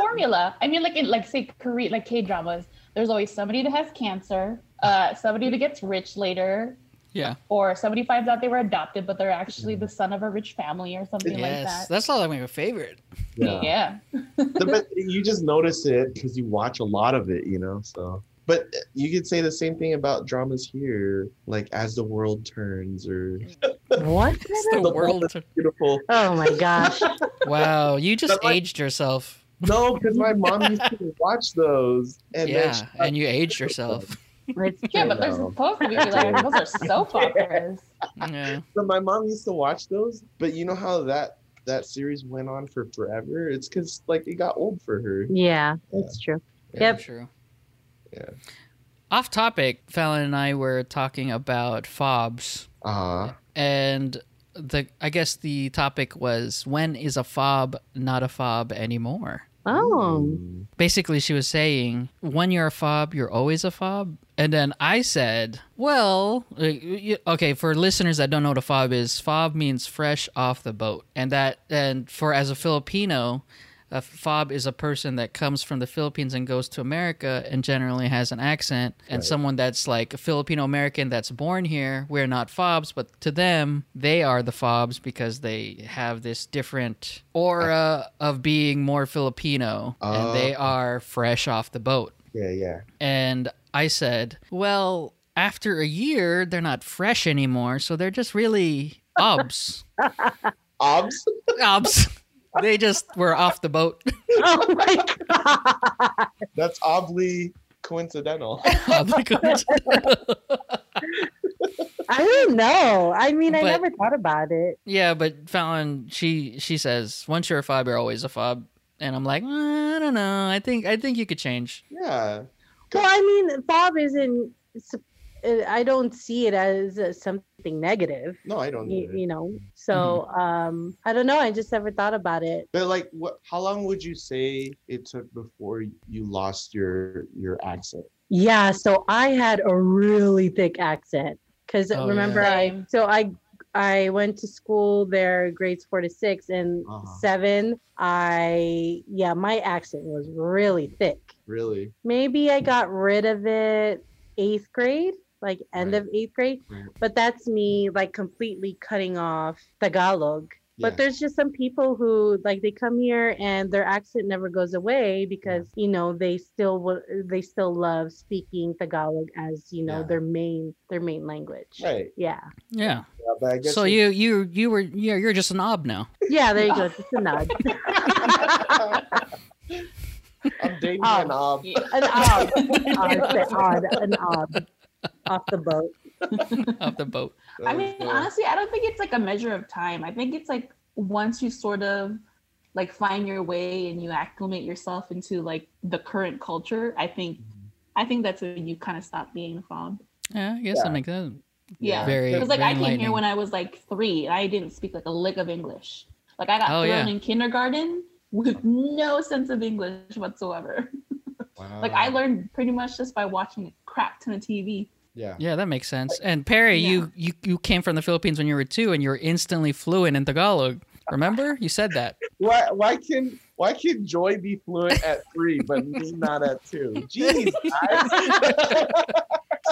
formula. I mean, like in like say Korea, like K dramas. There's always somebody that has cancer, uh, somebody that gets rich later, Yeah. or somebody finds out they were adopted but they're actually the son of a rich family or something yes. like That's all my favorite. that. Yeah. The- but you just notice it because you watch a lot of it, you know. So, but you could say the same thing about dramas here, like As the World Turns or what? It's the world. Beautiful. Oh my gosh! Wow, you just like- aged yourself. No, because my mom used to watch those, and then yeah, she- and you aged yourself. It's Yeah, true. but they're know. supposed to be like those are soap operas. yeah. so my mom used to watch those. But you know how that that series went on for forever? It's because like it got old for her. yeah, it's true. Yep. True. Yeah. Off topic, Fallon and I were talking about fobs, Uh, and the I guess the topic was when is a fob not a fob anymore? Oh, Hmm. basically she was saying when you're a fob you're always a fob and then i said well uh, y- okay for listeners that don't know what a fob is fob means fresh off the boat and that and for as a filipino a fob is a person that comes from the Philippines and goes to America and generally has an accent, and Right. someone that's like a Filipino American that's born here, we're not fobs, but to them, they are the fobs because they have this different aura of being more Filipino Oh. and they are fresh off the boat. Yeah, yeah. And I said, Well, after a year, they're not fresh anymore, so they're just really obs. Obs. obs. They just were off the boat. Oh my god. That's oddly coincidental. Oddly coincidental. I don't know. I mean, I But- never thought about it. yeah, but Fallon, she she says, once you're a fob, you're always a fob. And I'm like, "Uh, I don't know. I think I think you could change. Yeah. Well, I mean, Bob isn't. s- uh, I don't see it as uh, something negative, No, I don't. you, Either. Mm-hmm. you know. So um, I don't know. I just never thought about it. But like, what? How long would you say it took before you lost your your accent? Yeah. So I had a really thick accent because Oh, remember yeah. I Same. so I I went to school there grades four to six and Uh-huh. seven. I yeah, my accent was really thick. Really? maybe I got rid of it eighth grade, like end Right. of eighth grade. Right. But that's me like completely cutting off Tagalog. Yeah. But there's just some people who like they come here and their accent never goes away because you know they still will they still love speaking Tagalog as you know Yeah. their main their main language. Right. Yeah, Yeah. Yeah, but I guess So you you you were you're, you're just an ob now. yeah. There you go. Just a nod. I'm dating Oh. an ob. Yeah. An odd, odd, odd, an odd, off the boat. off the boat. I mean, honestly, I don't think it's like a measure of time. I think it's like once you sort of like find your way and you acclimate yourself into like the current culture, I think I think that's when you kind of stop being a fob. Yeah, I guess that makes sense. Yeah. Very Because like very I came enlightening. here when I was like three and I didn't speak like a lick of English. Like I got Oh, thrown yeah. in kindergarten with no sense of English whatsoever. Wow. Like Uh. I learned pretty much just by watching a crap ton of TV. Yeah. Yeah, that makes sense. And Perry, you, you you came from the Philippines when you were two, and you were instantly fluent in Tagalog. Remember, you said that. Why? Why can? Why can Joy be fluent at three, but me not at two? Jeez, guys.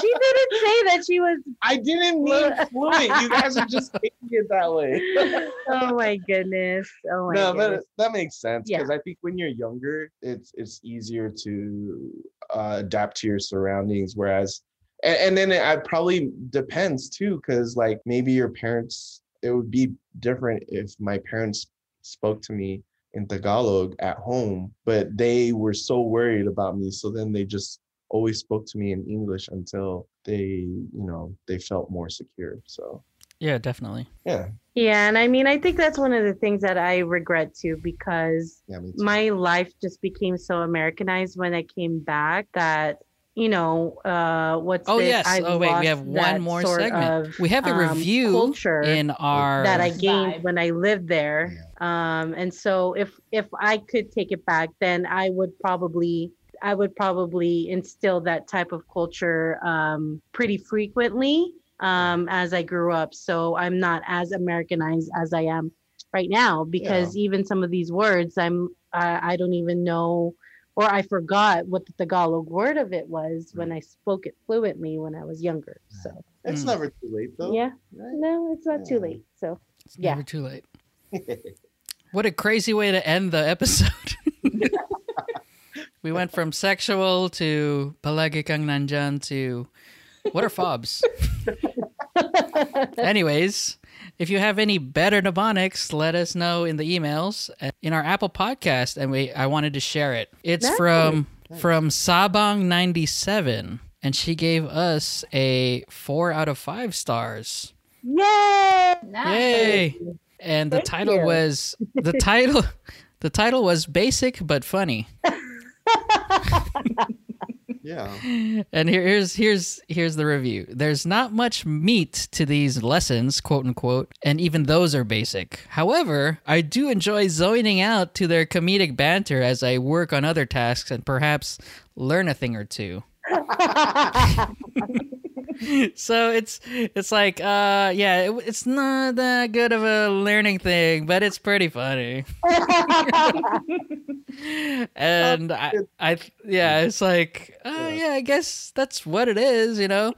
She didn't say that she was I didn't mean fluent. You guys are just making it that way. oh my goodness. Oh my no, but goodness. that makes sense Yeah. because I think when you're younger, it's it's easier to uh, adapt to your surroundings. Whereas, and, and then it, I probably depends too, because like maybe your parents, it would be different if my parents spoke to me in Tagalog at home, but they were so worried about me, so then they just always spoke to me in English until they, you know, they felt more secure. So Yeah, definitely. yeah, Yeah, and I mean I think that's one of the things that I regret too because yeah, me too. my life just became so Americanized when I came back that you know uh what's Oh this? yes. I've oh wait, lost we have one that more sort segment. of, we have a um, review culture in our that I gained Vibe. when I lived there. Um, and so if if I could take it back, then I would probably I would probably instill that type of culture um, pretty frequently um, as I grew up. So I'm not as Americanized as I am right now because even some of these words I'm I, I don't even know or I forgot what the Tagalog word of it was when I spoke it fluently when I was younger. So It's Mm. never too late though. yeah, right? no, it's not Yeah. too late. So It's yeah. never too late. What a crazy way to end the episode. we went from sexual to palagi kang nandyan to what are fobs? Anyways, if you have any better mnemonics, let us know in the emails uh, in our Apple podcast and we I wanted to share it. It's Nice. from from Sabang 97 and she gave us a 4 out of 5 stars. Yay! Yay! And the Thank title you. was the title the title was basic but funny. Yeah. And here, here's here's here's the review. There's not much meat to these lessons, quote unquote, and even those are basic. However, I do enjoy zoning out to their comedic banter as I work on other tasks and perhaps learn a thing or two. so it's it's like uh yeah it, it's not that good of a learning thing but it's pretty funny and I, I, yeah, it's like, uh, Yeah. yeah, I guess that's what it is, you know.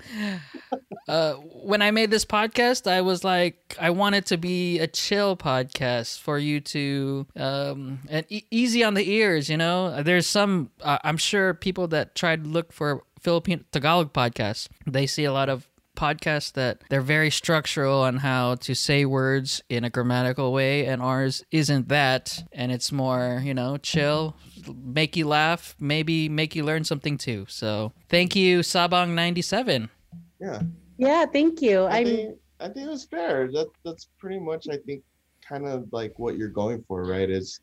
Uh, when I made this podcast, I was like, I wanted to be a chill podcast for you to, um, and e- easy on the ears, you know. There's some, uh, I'm sure people that try to look for Philippine Tagalog podcasts, they see a lot of podcasts that they're very structural on how to say words in a grammatical way and ours isn't that and it's more you know chill make you laugh maybe make you learn something too so thank you sabang 97 Yeah. Yeah, thank you. I I'm think, I think it was fair. That that's pretty much I think kind of like what you're going for, right? Is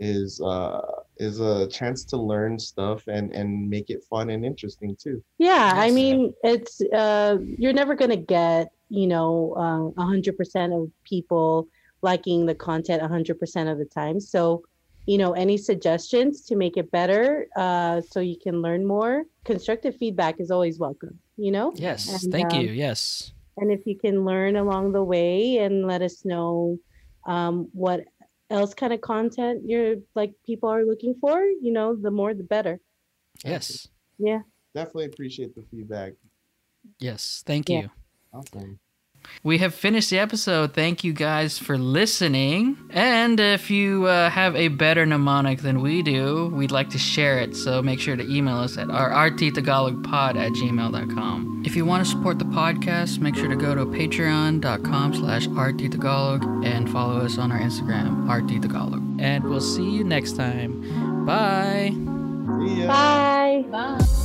is uh is a chance to learn stuff and and make it fun and interesting too. Yeah, I Yes. mean, it's uh, you're never gonna get you know um, a hundred percent of people liking the content a hundred percent of the time. So, you know, any suggestions to make it better, uh, so you can learn more. Constructive feedback is always welcome. You know, yes And, thank um, you yes and if you can learn along the way and let us know um, what else kind of content you're like people are looking for, you know, the more the better. yes Definitely appreciate the feedback. yes thank you Yeah. Awesome. we have finished the episode thank you guys for listening and if you uh, have a better mnemonic than we do we'd like to share it so make sure to email us at our rttagalogpod at gmail.com if you want to support the podcast make sure to go to patreon.com slash rttagalog and follow us on our instagram rttagalog and we'll see you next time bye See ya. Bye. Bye.